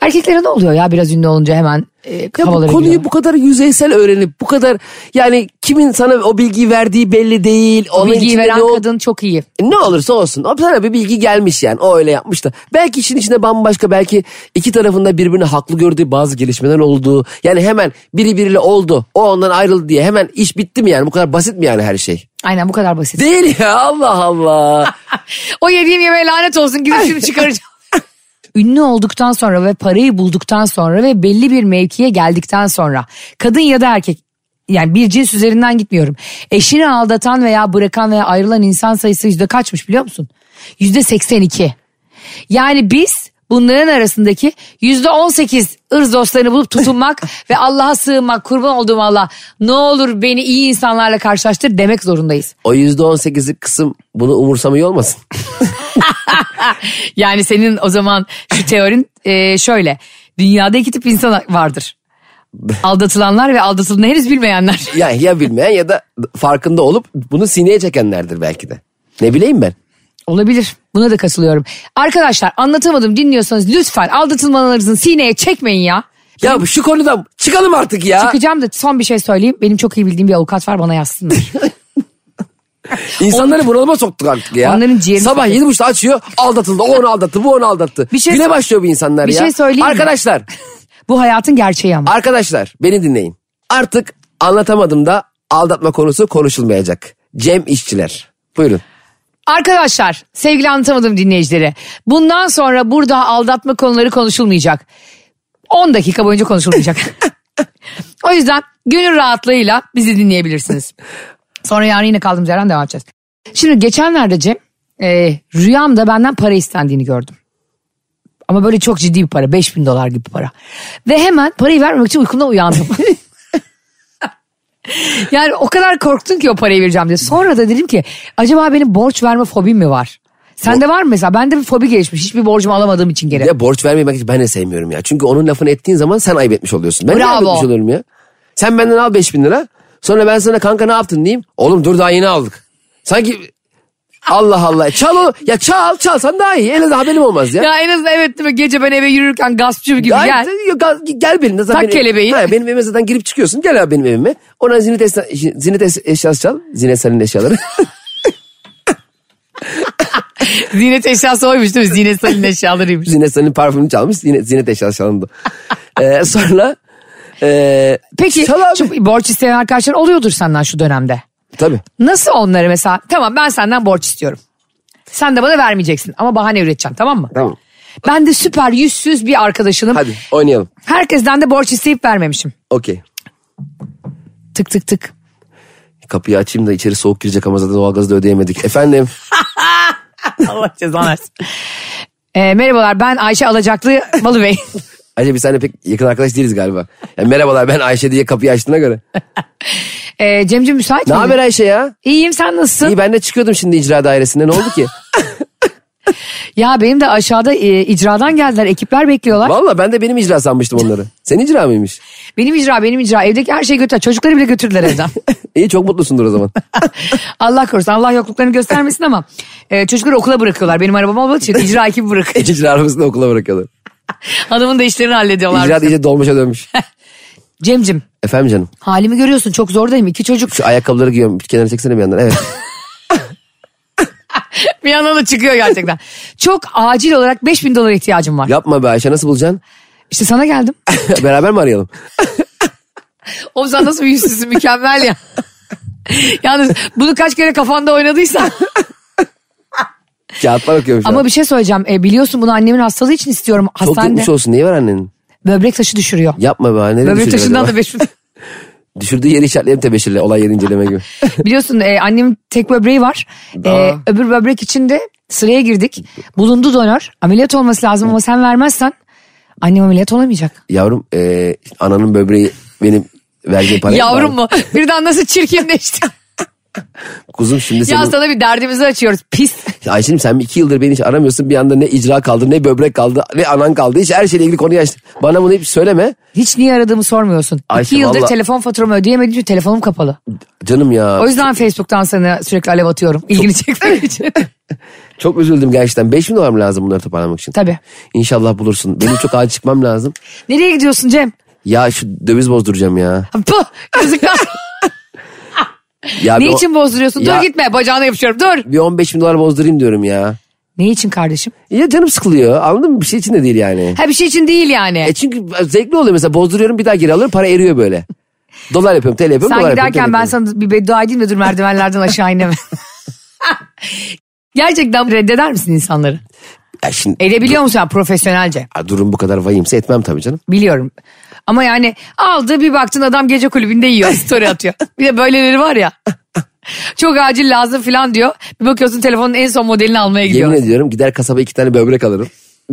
[SPEAKER 1] Erkeklere ne oluyor ya biraz ünlü olunca hemen e,
[SPEAKER 2] Ya bu
[SPEAKER 1] havalara
[SPEAKER 2] konuyu
[SPEAKER 1] giriyor.
[SPEAKER 2] bu kadar yüzeysel öğrenip bu kadar yani kimin sana o bilgiyi verdiği belli değil. onun
[SPEAKER 1] Bilgiyi
[SPEAKER 2] içinde
[SPEAKER 1] veren
[SPEAKER 2] ne ol-
[SPEAKER 1] kadın çok iyi.
[SPEAKER 2] ne olursa olsun o sana bir bilgi gelmiş yani o öyle yapmış da belki işin içinde bambaşka belki iki tarafında birbirini haklı gördüğü bazı gelişmeler olduğu yani hemen biri biriyle oldu o ondan ayrıldı diye hemen iş bitti mi yani bu kadar basit mi yani her şey?
[SPEAKER 1] Aynen bu kadar basit.
[SPEAKER 2] Değil ya Allah Allah.
[SPEAKER 1] O yediğim yemeğe lanet olsun gidip şunu çıkaracağım. ünlü olduktan sonra ve parayı bulduktan sonra ve belli bir mevkiye geldikten sonra kadın ya da erkek yani bir cins üzerinden gitmiyorum. Eşini aldatan veya bırakan veya ayrılan insan sayısı yüzde kaçmış biliyor musun? Yüzde 82. Yani biz bunların arasındaki yüzde 18 ırz dostlarını bulup tutunmak ve Allah'a sığınmak kurban olduğum Allah ne olur beni iyi insanlarla karşılaştır demek zorundayız.
[SPEAKER 2] O %18'lik kısım bunu umursamıyor olmasın.
[SPEAKER 1] Yani senin o zaman şu teorin e, şöyle dünyada iki tip insan vardır. Aldatılanlar ve aldatıldığını henüz bilmeyenler.
[SPEAKER 2] Yani ya bilmeyen ya da farkında olup bunu sineye çekenlerdir belki de. Ne bileyim ben.
[SPEAKER 1] Olabilir. Buna da katılıyorum. Arkadaşlar anlatamadım dinliyorsanız lütfen aldatılmalarınızın sineye çekmeyin ya.
[SPEAKER 2] Ya bu- şu konudan çıkalım artık ya.
[SPEAKER 1] Çıkacağım da son bir şey söyleyeyim. Benim çok iyi bildiğim bir avukat var bana yazsınlar.
[SPEAKER 2] İnsanları bunalıma soktuk artık ya.
[SPEAKER 1] Onların ciğerini
[SPEAKER 2] Sabah yedi buçukta açıyor aldatıldı. O onu aldattı bu onu aldattı.
[SPEAKER 1] Bir şey
[SPEAKER 2] Güne
[SPEAKER 1] sor-
[SPEAKER 2] başlıyor bu insanlar
[SPEAKER 1] Bir
[SPEAKER 2] ya.
[SPEAKER 1] şey söyleyeyim mi?
[SPEAKER 2] Arkadaşlar
[SPEAKER 1] Bu hayatın gerçeği ama.
[SPEAKER 2] Arkadaşlar beni dinleyin. Artık anlatamadım da aldatma konusu konuşulmayacak. Cem İşçiler. Buyurun.
[SPEAKER 1] Arkadaşlar sevgili anlatamadım dinleyicileri. Bundan sonra burada aldatma konuları konuşulmayacak. 10 dakika boyunca konuşulmayacak. o yüzden gönül rahatlığıyla bizi dinleyebilirsiniz. Sonra yarın yine kaldığımız yerden devam edeceğiz. Şimdi geçenlerde Cem e, rüyamda benden para istendiğini gördüm. Ama böyle çok ciddi bir para 5000 dolar gibi para. Ve hemen parayı vermemek için uykumdan uyandım. Yani o kadar korktun ki o parayı vereceğim diye. Sonra da dedim ki acaba benim borç verme fobim mi var? Sende var mı mesela? Bende bir fobi gelişmiş. Hiçbir borcumu alamadığım için geri.
[SPEAKER 2] Ya borç vermemek için ben de sevmiyorum ya. Çünkü onun lafını ettiğin zaman sen ayıp etmiş oluyorsun. Ben de
[SPEAKER 1] Bravo.
[SPEAKER 2] ayıp etmiş oluyorum ya. Sen benden al 5000 lira. Sonra ben sana kanka ne yaptın diyeyim. Oğlum dur daha yeni aldık. Sanki Allah Allah. Çal o. Ya çal çalsan daha iyi. En azından haberim olmaz ya.
[SPEAKER 1] Ya en azından evet değil mi? Gece ben eve yürürken gaspçı gibi
[SPEAKER 2] Ay,
[SPEAKER 1] gel.
[SPEAKER 2] sen- yok, gel. gel benim. Zaten
[SPEAKER 1] Tak
[SPEAKER 2] benim-
[SPEAKER 1] kelebeği.
[SPEAKER 2] Ha, benim evime zaten girip çıkıyorsun. Gel abi benim evime. Ona zinet, esna, zinet es- eşyası çal. Zinet senin eşyaları.
[SPEAKER 1] Zinet eşyası oymuş değil mi? Zinet Salih'in eşyalarıymış.
[SPEAKER 2] zinet senin parfümünü çalmış. Zinet, zinet eşyası çalındı. Ee, sonra... E,
[SPEAKER 1] Peki
[SPEAKER 2] Çal abi.
[SPEAKER 1] çok borç isteyen arkadaşlar oluyordur senden şu dönemde.
[SPEAKER 2] Tabii.
[SPEAKER 1] Nasıl onları mesela? Tamam ben senden borç istiyorum. Sen de bana vermeyeceksin ama bahane üreteceksin tamam mı?
[SPEAKER 2] Tamam.
[SPEAKER 1] Ben de süper yüzsüz bir arkadaşınım.
[SPEAKER 2] Hadi oynayalım.
[SPEAKER 1] Herkesten de borç isteyip vermemişim.
[SPEAKER 2] Okey.
[SPEAKER 1] Tık tık tık.
[SPEAKER 2] Kapıyı açayım da içeri soğuk girecek ama zaten doğalgazı da ödeyemedik. Efendim
[SPEAKER 1] Allah cezanı versin. Ee, merhabalar ben Ayşe Alacaklı Balı Bey.
[SPEAKER 2] Ayşe biz seninle pek yakın arkadaş değiliz galiba. Ya, merhabalar ben Ayşe diye kapıyı açtığına göre.
[SPEAKER 1] Ee, Cemciğim müsait
[SPEAKER 2] Ne
[SPEAKER 1] miydin?
[SPEAKER 2] haber Ayşe ya?
[SPEAKER 1] İyiyim sen nasılsın?
[SPEAKER 2] İyi ben de çıkıyordum şimdi icra dairesinden ne oldu ki?
[SPEAKER 1] Ya benim de aşağıda e, icradan geldiler. Ekipler bekliyorlar.
[SPEAKER 2] Valla ben de benim icra sanmıştım onları. Senin icra mıymış?
[SPEAKER 1] Benim icra, benim icra. Evdeki her şeyi götürdüler. Çocukları bile götürdüler evden.
[SPEAKER 2] İyi çok mutlusundur o zaman.
[SPEAKER 1] Allah korusun. Allah yokluklarını göstermesin ama e, çocukları okula bırakıyorlar. Benim arabam olmadığı için icra ekibi bırakıyor.
[SPEAKER 2] icra arabasını okula bırakıyorlar.
[SPEAKER 1] Hanımın da işlerini hallediyorlar.
[SPEAKER 2] İcra da iyice dolmuşa dönmüş.
[SPEAKER 1] Cemcim
[SPEAKER 2] Efendim canım.
[SPEAKER 1] halimi görüyorsun. Çok zor değil mi? İki çocuk
[SPEAKER 2] Şu ayakkabıları giyiyorum. Bir kenara çeksene bir yandan. Evet.
[SPEAKER 1] bir yandan da çıkıyor gerçekten. Çok acil olarak 5000 dolara ihtiyacım var.
[SPEAKER 2] Yapma be Ayşe nasıl bulacaksın?
[SPEAKER 1] İşte sana geldim.
[SPEAKER 2] Beraber mi arayalım?
[SPEAKER 1] Oğlum sen nasıl bir yüzsüzsün mükemmel ya. Yalnız bunu kaç kere kafanda oynadıysan.
[SPEAKER 2] Kağıtlar okuyorum şu an.
[SPEAKER 1] Ama bir şey söyleyeceğim. E, biliyorsun bunu annemin hastalığı için istiyorum.
[SPEAKER 2] Çok
[SPEAKER 1] Hastanede
[SPEAKER 2] gitmiş olsun. Neyi var annenin?
[SPEAKER 1] böbrek taşı düşürüyor.
[SPEAKER 2] Yapma be. Nereye
[SPEAKER 1] Böbrek
[SPEAKER 2] düşürdü
[SPEAKER 1] taşından
[SPEAKER 2] acaba?
[SPEAKER 1] da 5000
[SPEAKER 2] Düşürdüğü yeri işaretleyelim tebeşirle. Olay yeri inceleme gibi.
[SPEAKER 1] Biliyorsun e, annemin tek böbreği var. E,
[SPEAKER 2] Aa.
[SPEAKER 1] öbür böbrek için de sıraya girdik. Bulundu donör. Ameliyat olması lazım ama sen vermezsen annem ameliyat olamayacak.
[SPEAKER 2] Yavrum e, ananın böbreği benim verdiğim paraya
[SPEAKER 1] Yavrum
[SPEAKER 2] bağlı.
[SPEAKER 1] mu? Birden nasıl çirkinleşti.
[SPEAKER 2] Kuzum şimdi
[SPEAKER 1] ya
[SPEAKER 2] senin...
[SPEAKER 1] sana bir derdimizi açıyoruz. Pis.
[SPEAKER 2] Ayşe'cim sen iki yıldır beni hiç aramıyorsun. Bir anda ne icra kaldı ne böbrek kaldı ne anan kaldı. Hiç her şeyle ilgili konuyu açtın. Bana bunu hiç söyleme.
[SPEAKER 1] Hiç niye aradığımı sormuyorsun.
[SPEAKER 2] Ayşe,
[SPEAKER 1] İki yıldır
[SPEAKER 2] valla-
[SPEAKER 1] telefon faturamı ödeyemedim çünkü telefonum kapalı.
[SPEAKER 2] Canım ya.
[SPEAKER 1] O yüzden Facebook'tan sana sürekli alev atıyorum. İlgini çekmek için.
[SPEAKER 2] Çok üzüldüm gerçekten. 5 bin dolar mı lazım bunları toparlamak için?
[SPEAKER 1] Tabii.
[SPEAKER 2] İnşallah bulursun. Benim çok acil çıkmam lazım.
[SPEAKER 1] Nereye gidiyorsun Cem?
[SPEAKER 2] Ya şu döviz bozduracağım ya.
[SPEAKER 1] Puh, yazıklar.
[SPEAKER 2] ya bir
[SPEAKER 1] ne
[SPEAKER 2] o-
[SPEAKER 1] için bozduruyorsun?
[SPEAKER 2] Ya-
[SPEAKER 1] Dur gitme bacağına yapışıyorum dur.
[SPEAKER 2] Bir 15 bin dolar bozdurayım diyorum ya.
[SPEAKER 1] Ne için kardeşim?
[SPEAKER 2] Ya canım sıkılıyor anladın mı? Bir şey için de değil yani.
[SPEAKER 1] Ha bir şey için değil yani.
[SPEAKER 2] E çünkü zevkli oluyor mesela bozduruyorum bir daha geri alıyorum para eriyor böyle. Dolar yapıyorum TL yapıyorum
[SPEAKER 1] Sen
[SPEAKER 2] dolar yapıyorum.
[SPEAKER 1] giderken
[SPEAKER 2] TL
[SPEAKER 1] ben
[SPEAKER 2] yapıyorum.
[SPEAKER 1] sana bir beddua edeyim de dur merdivenlerden aşağı ineme. Gerçekten reddeder misin insanları?
[SPEAKER 2] Ya şimdi
[SPEAKER 1] Edebiliyor musun sen profesyonelce?
[SPEAKER 2] Ya durum bu kadar vahimse etmem tabii canım.
[SPEAKER 1] Biliyorum. Ama yani aldı bir baktın adam gece kulübünde yiyor story atıyor. Bir de böyleleri var ya. Çok acil lazım falan diyor. Bir bakıyorsun telefonun en son modelini almaya gidiyor.
[SPEAKER 2] Yemin ediyorum gider kasaba iki tane böbrek alırım.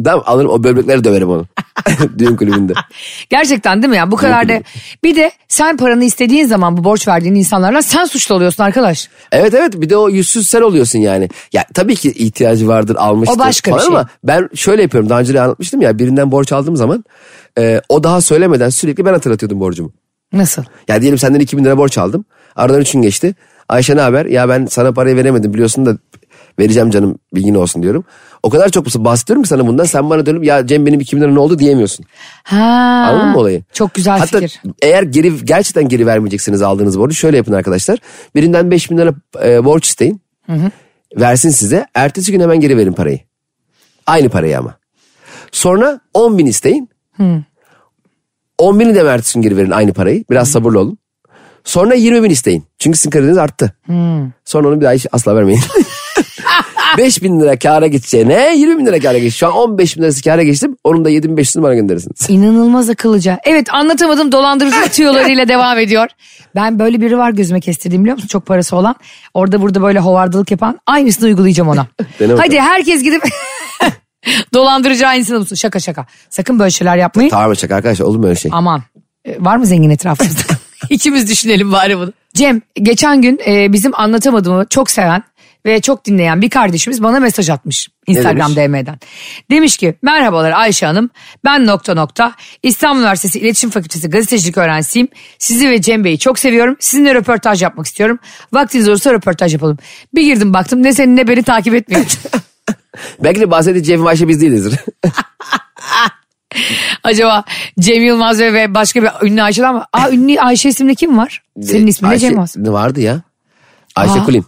[SPEAKER 2] Tamam alırım o böbrekleri döverim onu. Düğün kulübünde.
[SPEAKER 1] Gerçekten değil mi ya? Bu kadar da. Bir de sen paranı istediğin zaman bu borç verdiğin insanlarla sen suçlu oluyorsun arkadaş.
[SPEAKER 2] Evet evet bir de o yüzsüz sen oluyorsun yani. Ya tabii ki ihtiyacı vardır almıştır.
[SPEAKER 1] O başka bir
[SPEAKER 2] falan
[SPEAKER 1] şey.
[SPEAKER 2] Ama ben şöyle yapıyorum daha önce de anlatmıştım ya birinden borç aldığım zaman e, o daha söylemeden sürekli ben hatırlatıyordum borcumu.
[SPEAKER 1] Nasıl?
[SPEAKER 2] Ya diyelim senden 2000 lira borç aldım. Aradan 3 gün geçti. Ayşe ne haber? Ya ben sana parayı veremedim biliyorsun da vereceğim canım bilgin olsun diyorum. O kadar çok bahsediyorum ki sana bundan sen bana dönüp ya Cem benim 2000 lira ne oldu diyemiyorsun.
[SPEAKER 1] Ha.
[SPEAKER 2] Anladın mı olayı?
[SPEAKER 1] Çok güzel
[SPEAKER 2] Hatta
[SPEAKER 1] fikir.
[SPEAKER 2] eğer geri gerçekten geri vermeyeceksiniz aldığınız borcu şöyle yapın arkadaşlar. Birinden 5000 lira e, borç isteyin. Versin size. Ertesi gün hemen geri verin parayı. Aynı parayı ama. Sonra 10 bin isteyin. 10 bini de ertesi gün geri verin aynı parayı. Biraz sabırlı olun. Sonra 20 bin isteyin. Çünkü sizin krediniz arttı. Sonra onu bir daha hiç asla vermeyin. 5 bin lira kâra geçeceğine 20 bin lira kâra geç. Şu an 15 bin lirası kâra geçtim. Onun da 7500'ünü bana gönderirsiniz.
[SPEAKER 1] İnanılmaz akıllıca. Evet anlatamadım dolandırıcı tüyolarıyla devam ediyor. Ben böyle biri var gözüme kestirdiğim biliyor musun? Çok parası olan. Orada burada böyle hovardalık yapan. Aynısını uygulayacağım ona.
[SPEAKER 2] Dene bakalım.
[SPEAKER 1] Hadi herkes gidip dolandırıcı aynısını bulsun. Şaka şaka. Sakın böyle şeyler yapmayın.
[SPEAKER 2] Tamam şaka arkadaşlar olur mu öyle şey?
[SPEAKER 1] Aman e, var mı zengin etrafımızda? İkimiz düşünelim bari bunu. Cem geçen gün e, bizim anlatamadığımı çok seven ve çok dinleyen bir kardeşimiz bana mesaj atmış Instagram
[SPEAKER 2] demiş?
[SPEAKER 1] DM'den. Demiş ki merhabalar Ayşe Hanım ben nokta nokta İstanbul Üniversitesi İletişim Fakültesi gazetecilik öğrencisiyim. Sizi ve Cem Bey'i çok seviyorum. Sizinle röportaj yapmak istiyorum. Vaktiniz olursa röportaj yapalım. Bir girdim baktım ne seni ne beni takip etmiyor.
[SPEAKER 2] Belki de bahsettiği Cem ve Ayşe biz değilizdir.
[SPEAKER 1] Acaba Cem Yılmaz ve, ve başka bir ünlü Ayşe'den mi? Aa ünlü Ayşe isimli kim var? Senin ismin ne
[SPEAKER 2] Ayşe-
[SPEAKER 1] Cem Yılmaz?
[SPEAKER 2] Ne vardı ya? Ayşe
[SPEAKER 1] Aa.
[SPEAKER 2] Kulin.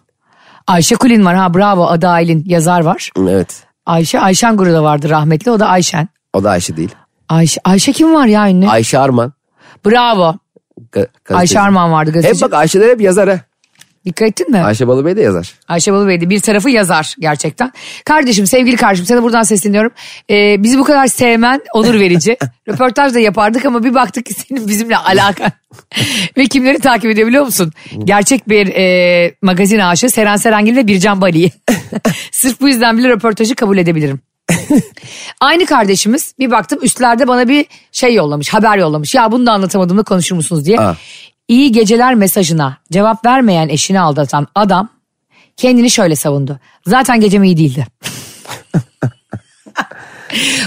[SPEAKER 1] Ayşe Kulin var ha bravo Ada Aylin yazar var.
[SPEAKER 2] Hı, Evet.
[SPEAKER 1] Ayşe Ayşen Guru da vardı rahmetli o da Ayşen.
[SPEAKER 2] O da Ayşe değil.
[SPEAKER 1] Ayşe, Ayşe kim var ya ünlü?
[SPEAKER 2] Ayşe Arman.
[SPEAKER 1] bravo.
[SPEAKER 2] Ga- gazeteci.
[SPEAKER 1] Ayşe Arman vardı
[SPEAKER 2] Hep
[SPEAKER 1] gazeteci.
[SPEAKER 2] bak Ayşe'ler hep yazar ha.
[SPEAKER 1] Dikkat ettin mi?
[SPEAKER 2] Ayşe Balıbey de yazar.
[SPEAKER 1] Ayşe Balıbey'di bir tarafı yazar gerçekten. Kardeşim sevgili kardeşim sana buradan sesleniyorum. Ee, bizi bu kadar sevmen onur verici. Röportaj da yapardık ama bir baktık ki senin bizimle alakan. Ve kimleri takip edebiliyor musun? Gerçek bir e, magazin aşığı Seren Serengil ve Bircan Bali'yi. Sırf bu yüzden bile röportajı kabul edebilirim. Aynı kardeşimiz bir baktım üstlerde bana bir şey yollamış haber yollamış. Ya bunu da anlatamadığımda konuşur musunuz diye.
[SPEAKER 2] Aa.
[SPEAKER 1] İyi geceler mesajına cevap vermeyen eşini aldatan adam kendini şöyle savundu. Zaten gecem iyi değildi.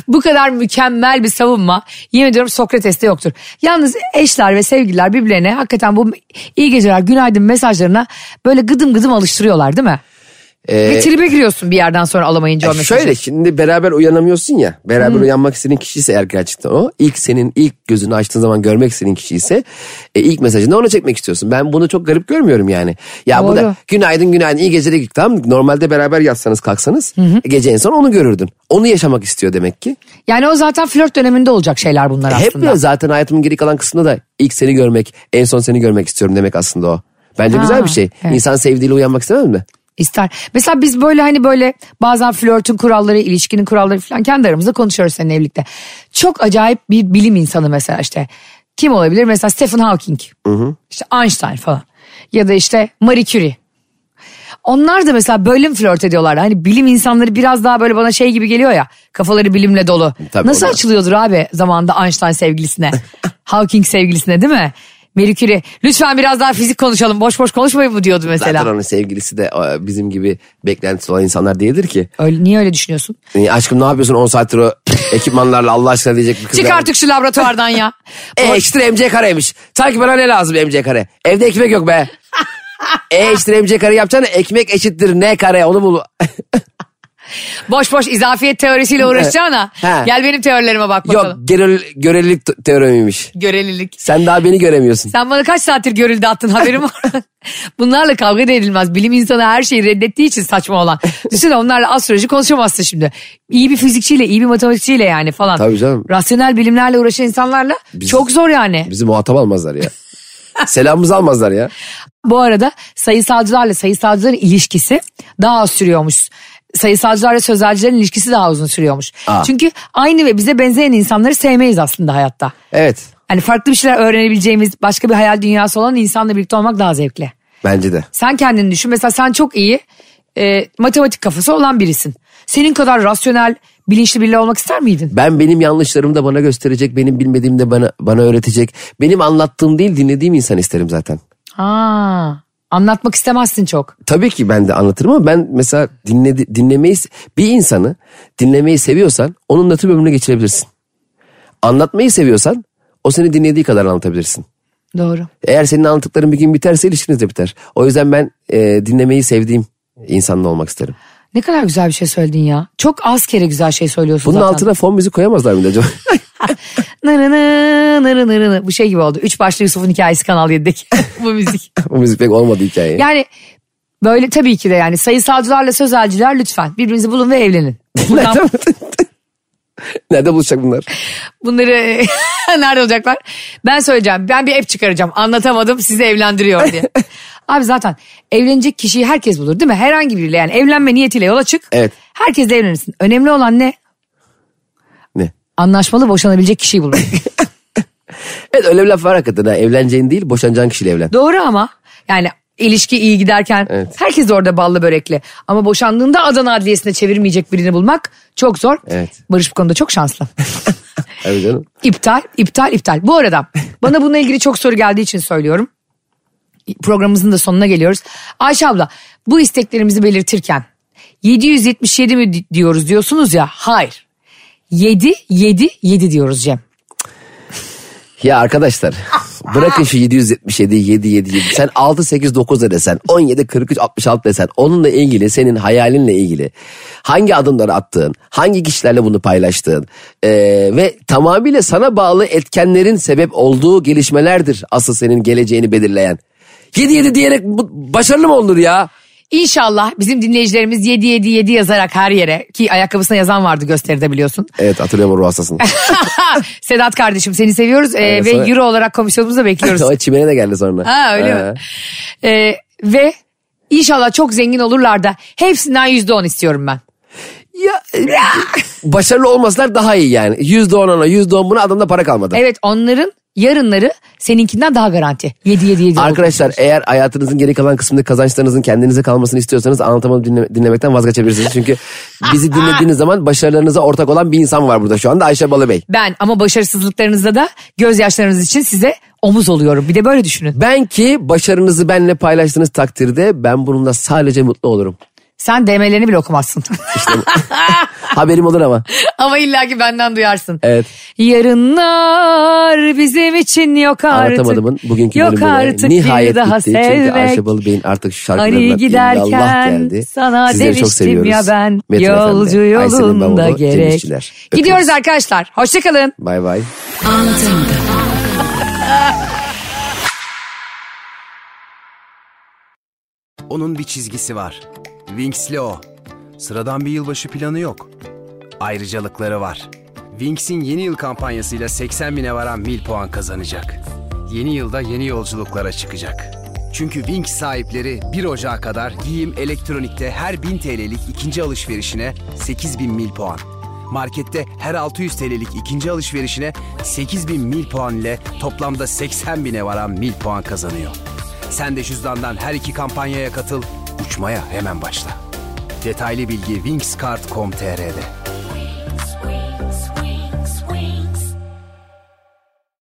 [SPEAKER 1] Bu kadar mükemmel bir savunma yemin ediyorum Sokrates'te yoktur. Yalnız eşler ve sevgililer birbirlerine hakikaten bu iyi geceler günaydın mesajlarına böyle gıdım gıdım alıştırıyorlar değil mi? ve tribe giriyorsun bir yerden sonra alamayınca o
[SPEAKER 2] Ee, E,
[SPEAKER 1] mesajı.
[SPEAKER 2] şöyle şimdi beraber uyanamıyorsun ya. Beraber uyanmak istediğin kişi ise eğer gerçekten o. ilk senin ilk gözünü açtığın zaman görmek istediğin kişi ise e, ilk mesajını ona çekmek istiyorsun. Ben bunu çok garip görmüyorum yani. Ya bu
[SPEAKER 1] Doğru.
[SPEAKER 2] da günaydın günaydın iyi geceler tamam mı? Normalde beraber yatsanız kalksanız gece en son onu görürdün. Onu yaşamak istiyor demek ki.
[SPEAKER 1] Yani o zaten flört döneminde olacak şeyler bunlar
[SPEAKER 2] E, Hep
[SPEAKER 1] aslında.
[SPEAKER 2] böyle zaten hayatımın geri kalan kısmında da ilk seni görmek, en son seni görmek istiyorum demek aslında o. Bence
[SPEAKER 1] Ha,
[SPEAKER 2] güzel bir şey.
[SPEAKER 1] evet.
[SPEAKER 2] İnsan sevdiğiyle uyanmak istemez mi?
[SPEAKER 1] İster. Mesela biz böyle hani böyle bazen flörtün kuralları, ilişkinin kuralları falan kendi aramızda konuşuyoruz seninle evlilikte. Çok acayip bir bilim insanı mesela işte. Kim olabilir? Mesela Stephen Hawking. İşte Einstein falan. Ya da işte Marie Curie. Onlar da mesela bölüm flört ediyorlar. Hani bilim insanları biraz daha böyle bana şey gibi geliyor ya. Kafaları bilimle dolu.
[SPEAKER 2] Tabii
[SPEAKER 1] Nasıl
[SPEAKER 2] o da-
[SPEAKER 1] açılıyordur abi zamanda Einstein sevgilisine? Hawking sevgilisine değil mi? Marie Curie lütfen biraz daha fizik konuşalım. Boş boş konuşmayın mı diyordu mesela.
[SPEAKER 2] Zaten onun sevgilisi de e, bizim gibi beklentisi olan insanlar değildir ki.
[SPEAKER 1] Öyle, niye öyle düşünüyorsun?
[SPEAKER 2] E, Aşkım ne yapıyorsun 10 saattir o ekipmanlarla Allah aşkına diyecek bir kız.
[SPEAKER 1] Çık artık şu laboratuvardan ya.
[SPEAKER 2] E eşittir MC kareymiş. Sanki bana ne lazım MC kare? Evde ekmek yok be. E eşittir MC kare yapacaksın ekmek eşittir ne kare onu bul.
[SPEAKER 1] Boş boş izafiyet teorisiyle uğraşacağına.
[SPEAKER 2] He.
[SPEAKER 1] Gel benim teorilerime bak
[SPEAKER 2] yok
[SPEAKER 1] bakalım.
[SPEAKER 2] görel, görelilik t- teoremiymiş.
[SPEAKER 1] Görelilik.
[SPEAKER 2] Sen daha beni göremiyorsun.
[SPEAKER 1] Sen bana kaç saattir görüldü attın haberim var. Bunlarla kavga da edilmez. Bilim insanı her şeyi reddettiği için saçma olan. Düşünsene onlarla astroloji konuşamazsın şimdi. İyi bir fizikçiyle, iyi bir matematikçiyle yani falan.
[SPEAKER 2] Tabii canım.
[SPEAKER 1] Rasyonel bilimlerle uğraşan insanlarla çok zor yani.
[SPEAKER 2] Bizi muhatap almazlar ya. Selamımızı almazlar ya.
[SPEAKER 1] Bu arada sayısalcılarla sayısalcıların ilişkisi daha az sürüyormuş. sayısalcılar ve sözelcilerin ilişkisi daha uzun sürüyormuş.
[SPEAKER 2] Aa.
[SPEAKER 1] Çünkü aynı ve bize benzeyen insanları sevmeyiz aslında hayatta.
[SPEAKER 2] Evet.
[SPEAKER 1] Hani farklı bir şeyler öğrenebileceğimiz başka bir hayal dünyası olan insanla birlikte olmak daha zevkli.
[SPEAKER 2] Bence de.
[SPEAKER 1] Sen kendini düşün. Mesela sen çok iyi e, matematik kafası olan birisin. Senin kadar rasyonel, bilinçli biri olmak ister miydin?
[SPEAKER 2] Ben benim yanlışlarımı da bana gösterecek, benim bilmediğimi de bana, bana öğretecek. Benim anlattığım değil dinlediğim insan isterim zaten.
[SPEAKER 1] Ha, anlatmak istemezsin çok.
[SPEAKER 2] Tabii ki ben de anlatırım ama ben mesela dinledi, dinlemeyi bir insanı dinlemeyi seviyorsan onunla tüm ömrünü geçirebilirsin. Anlatmayı seviyorsan o seni dinlediği kadar anlatabilirsin.
[SPEAKER 1] Doğru.
[SPEAKER 2] Eğer senin anlattıkların bir gün biterse ilişkiniz de biter. O yüzden ben e, dinlemeyi sevdiğim insanla olmak isterim.
[SPEAKER 1] Ne kadar güzel bir şey söyledin ya. Çok az kere güzel şey söylüyorsun
[SPEAKER 2] Bunun
[SPEAKER 1] zaten.
[SPEAKER 2] altına fon müzik koyamazlar mı acaba?
[SPEAKER 1] Nırı nırı nırı nırı nırı. Bu şey gibi oldu. Üç başlı Yusuf'un hikayesi Kanal 7'deki bu müzik.
[SPEAKER 2] o müzik pek olmadı hikaye.
[SPEAKER 1] Yani böyle tabii ki de yani sayısalcılarla sözelciler lütfen birbirinizi bulun ve evlenin. Buradan
[SPEAKER 2] Nerede buluşacak bunlar?
[SPEAKER 1] bunları nerede olacaklar? Ben söyleyeceğim. Ben bir app çıkaracağım. Anlatamadım sizi evlendiriyor diye. Abi zaten evlenecek kişiyi herkes bulur değil mi? Herhangi biriyle yani evlenme niyetiyle yola çık.
[SPEAKER 2] Evet.
[SPEAKER 1] Herkesle evlenirsin. Önemli olan ne?
[SPEAKER 2] Ne?
[SPEAKER 1] Anlaşmalı boşanabilecek kişiyi bulmak.
[SPEAKER 2] Evet öyle bir laf var hakikaten. Ha. Evleneceğin değil boşanacağın kişiyle evlen.
[SPEAKER 1] Doğru ama yani ilişki iyi giderken
[SPEAKER 2] Evet.
[SPEAKER 1] herkes orada ballı börekli. Ama boşandığında Adana Adliyesi'ne çevirmeyecek birini bulmak çok zor.
[SPEAKER 2] Evet.
[SPEAKER 1] Barış bu konuda çok şanslı.
[SPEAKER 2] Evet canım.
[SPEAKER 1] İptal, iptal, iptal. Bu arada bana bununla ilgili çok soru geldiği için söylüyorum. Programımızın da sonuna geliyoruz. Ayşe abla bu isteklerimizi belirtirken 777 mi di- diyoruz diyorsunuz ya. Hayır. 7, 7, 7 diyoruz Cem.
[SPEAKER 2] Ya arkadaşlar bırakın şu 777 777 sen 6 8 9 da desen 17 43 66 desen onunla ilgili senin hayalinle ilgili hangi adımları attığın hangi kişilerle bunu paylaştığın eee, ve tamamıyla sana bağlı etkenlerin sebep olduğu gelişmelerdir asıl senin geleceğini belirleyen. 77 diyerek bu, başarılı mı olur ya?
[SPEAKER 1] İnşallah bizim dinleyicilerimiz 777 yazarak her yere ki ayakkabısına yazan vardı gösteride biliyorsun.
[SPEAKER 2] Evet hatırlıyorum o ruh hastasını.
[SPEAKER 1] Sedat kardeşim seni seviyoruz ee,
[SPEAKER 2] Aynen,
[SPEAKER 1] ve
[SPEAKER 2] sonra-
[SPEAKER 1] euro olarak komisyonumuzu da bekliyoruz.
[SPEAKER 2] o çimene de geldi sonra.
[SPEAKER 1] ha öyle
[SPEAKER 2] Ha.
[SPEAKER 1] mi? Ee, ve inşallah çok zengin olurlar da hepsinden %10 istiyorum ben.
[SPEAKER 2] Ya, başarılı olmasalar daha iyi yani. %10 ona %10 buna adamda para kalmadı.
[SPEAKER 1] Evet onların yarınları seninkinden daha garanti. 7 7 7.
[SPEAKER 2] Arkadaşlar eğer hayatınızın geri kalan kısmında kazançlarınızın kendinize kalmasını istiyorsanız anlatamadım dinle- dinlemekten vazgeçebilirsiniz. Çünkü bizi dinlediğiniz zaman başarılarınıza ortak olan bir insan var burada şu anda Ayşe Balıbey.
[SPEAKER 1] Ben ama başarısızlıklarınızda da gözyaşlarınız için size omuz oluyorum. Bir de böyle düşünün.
[SPEAKER 2] Ben ki başarınızı benimle paylaştığınız takdirde ben bununla sadece mutlu olurum.
[SPEAKER 1] Sen DM'lerini bile okumazsın.
[SPEAKER 2] Haberim olur ama.
[SPEAKER 1] Ama illaki benden duyarsın.
[SPEAKER 2] Evet.
[SPEAKER 1] Yarınlar bizim için yok artık.
[SPEAKER 2] Anlatamadımın bugünkü
[SPEAKER 1] yok
[SPEAKER 2] bölümüne
[SPEAKER 1] artık
[SPEAKER 2] nihayet
[SPEAKER 1] bir daha
[SPEAKER 2] bitti. Çünkü
[SPEAKER 1] sevmek.
[SPEAKER 2] Ayşe Balıbey'in artık şu
[SPEAKER 1] Hani
[SPEAKER 2] şarkılarından illallah
[SPEAKER 1] giderken
[SPEAKER 2] geldi.
[SPEAKER 1] sana
[SPEAKER 2] Sizleri çok
[SPEAKER 1] demiştim
[SPEAKER 2] seviyoruz.
[SPEAKER 1] ya ben
[SPEAKER 2] Metin Efendi,
[SPEAKER 1] yolcu
[SPEAKER 2] Aysel'in
[SPEAKER 1] yolunda
[SPEAKER 2] bavulu, Cem
[SPEAKER 1] gerek.
[SPEAKER 2] İşçiler.
[SPEAKER 1] Gidiyoruz
[SPEAKER 2] Öpüyoruz.
[SPEAKER 1] arkadaşlar. Hoşçakalın.
[SPEAKER 2] Bay bay.
[SPEAKER 3] Onun bir çizgisi var. Wings'li o. Sıradan bir yılbaşı planı yok. Ayrıcalıkları var. Wings'in yeni yıl kampanyasıyla 80 bine varan bil puan kazanacak. Yeni yılda yeni yolculuklara çıkacak. Çünkü Wings sahipleri 1 Ocağı kadar giyim elektronikte her 1000 TL'lik ikinci alışverişine 8000 mil puan. Markette her 600 TL'lik ikinci alışverişine 8000 mil puan ile toplamda 80 bine varan mil puan kazanıyor. Sen de cüzdandan her iki kampanyaya katıl, uçmaya hemen başla. Detaylı bilgi wingscard.com.tr'de.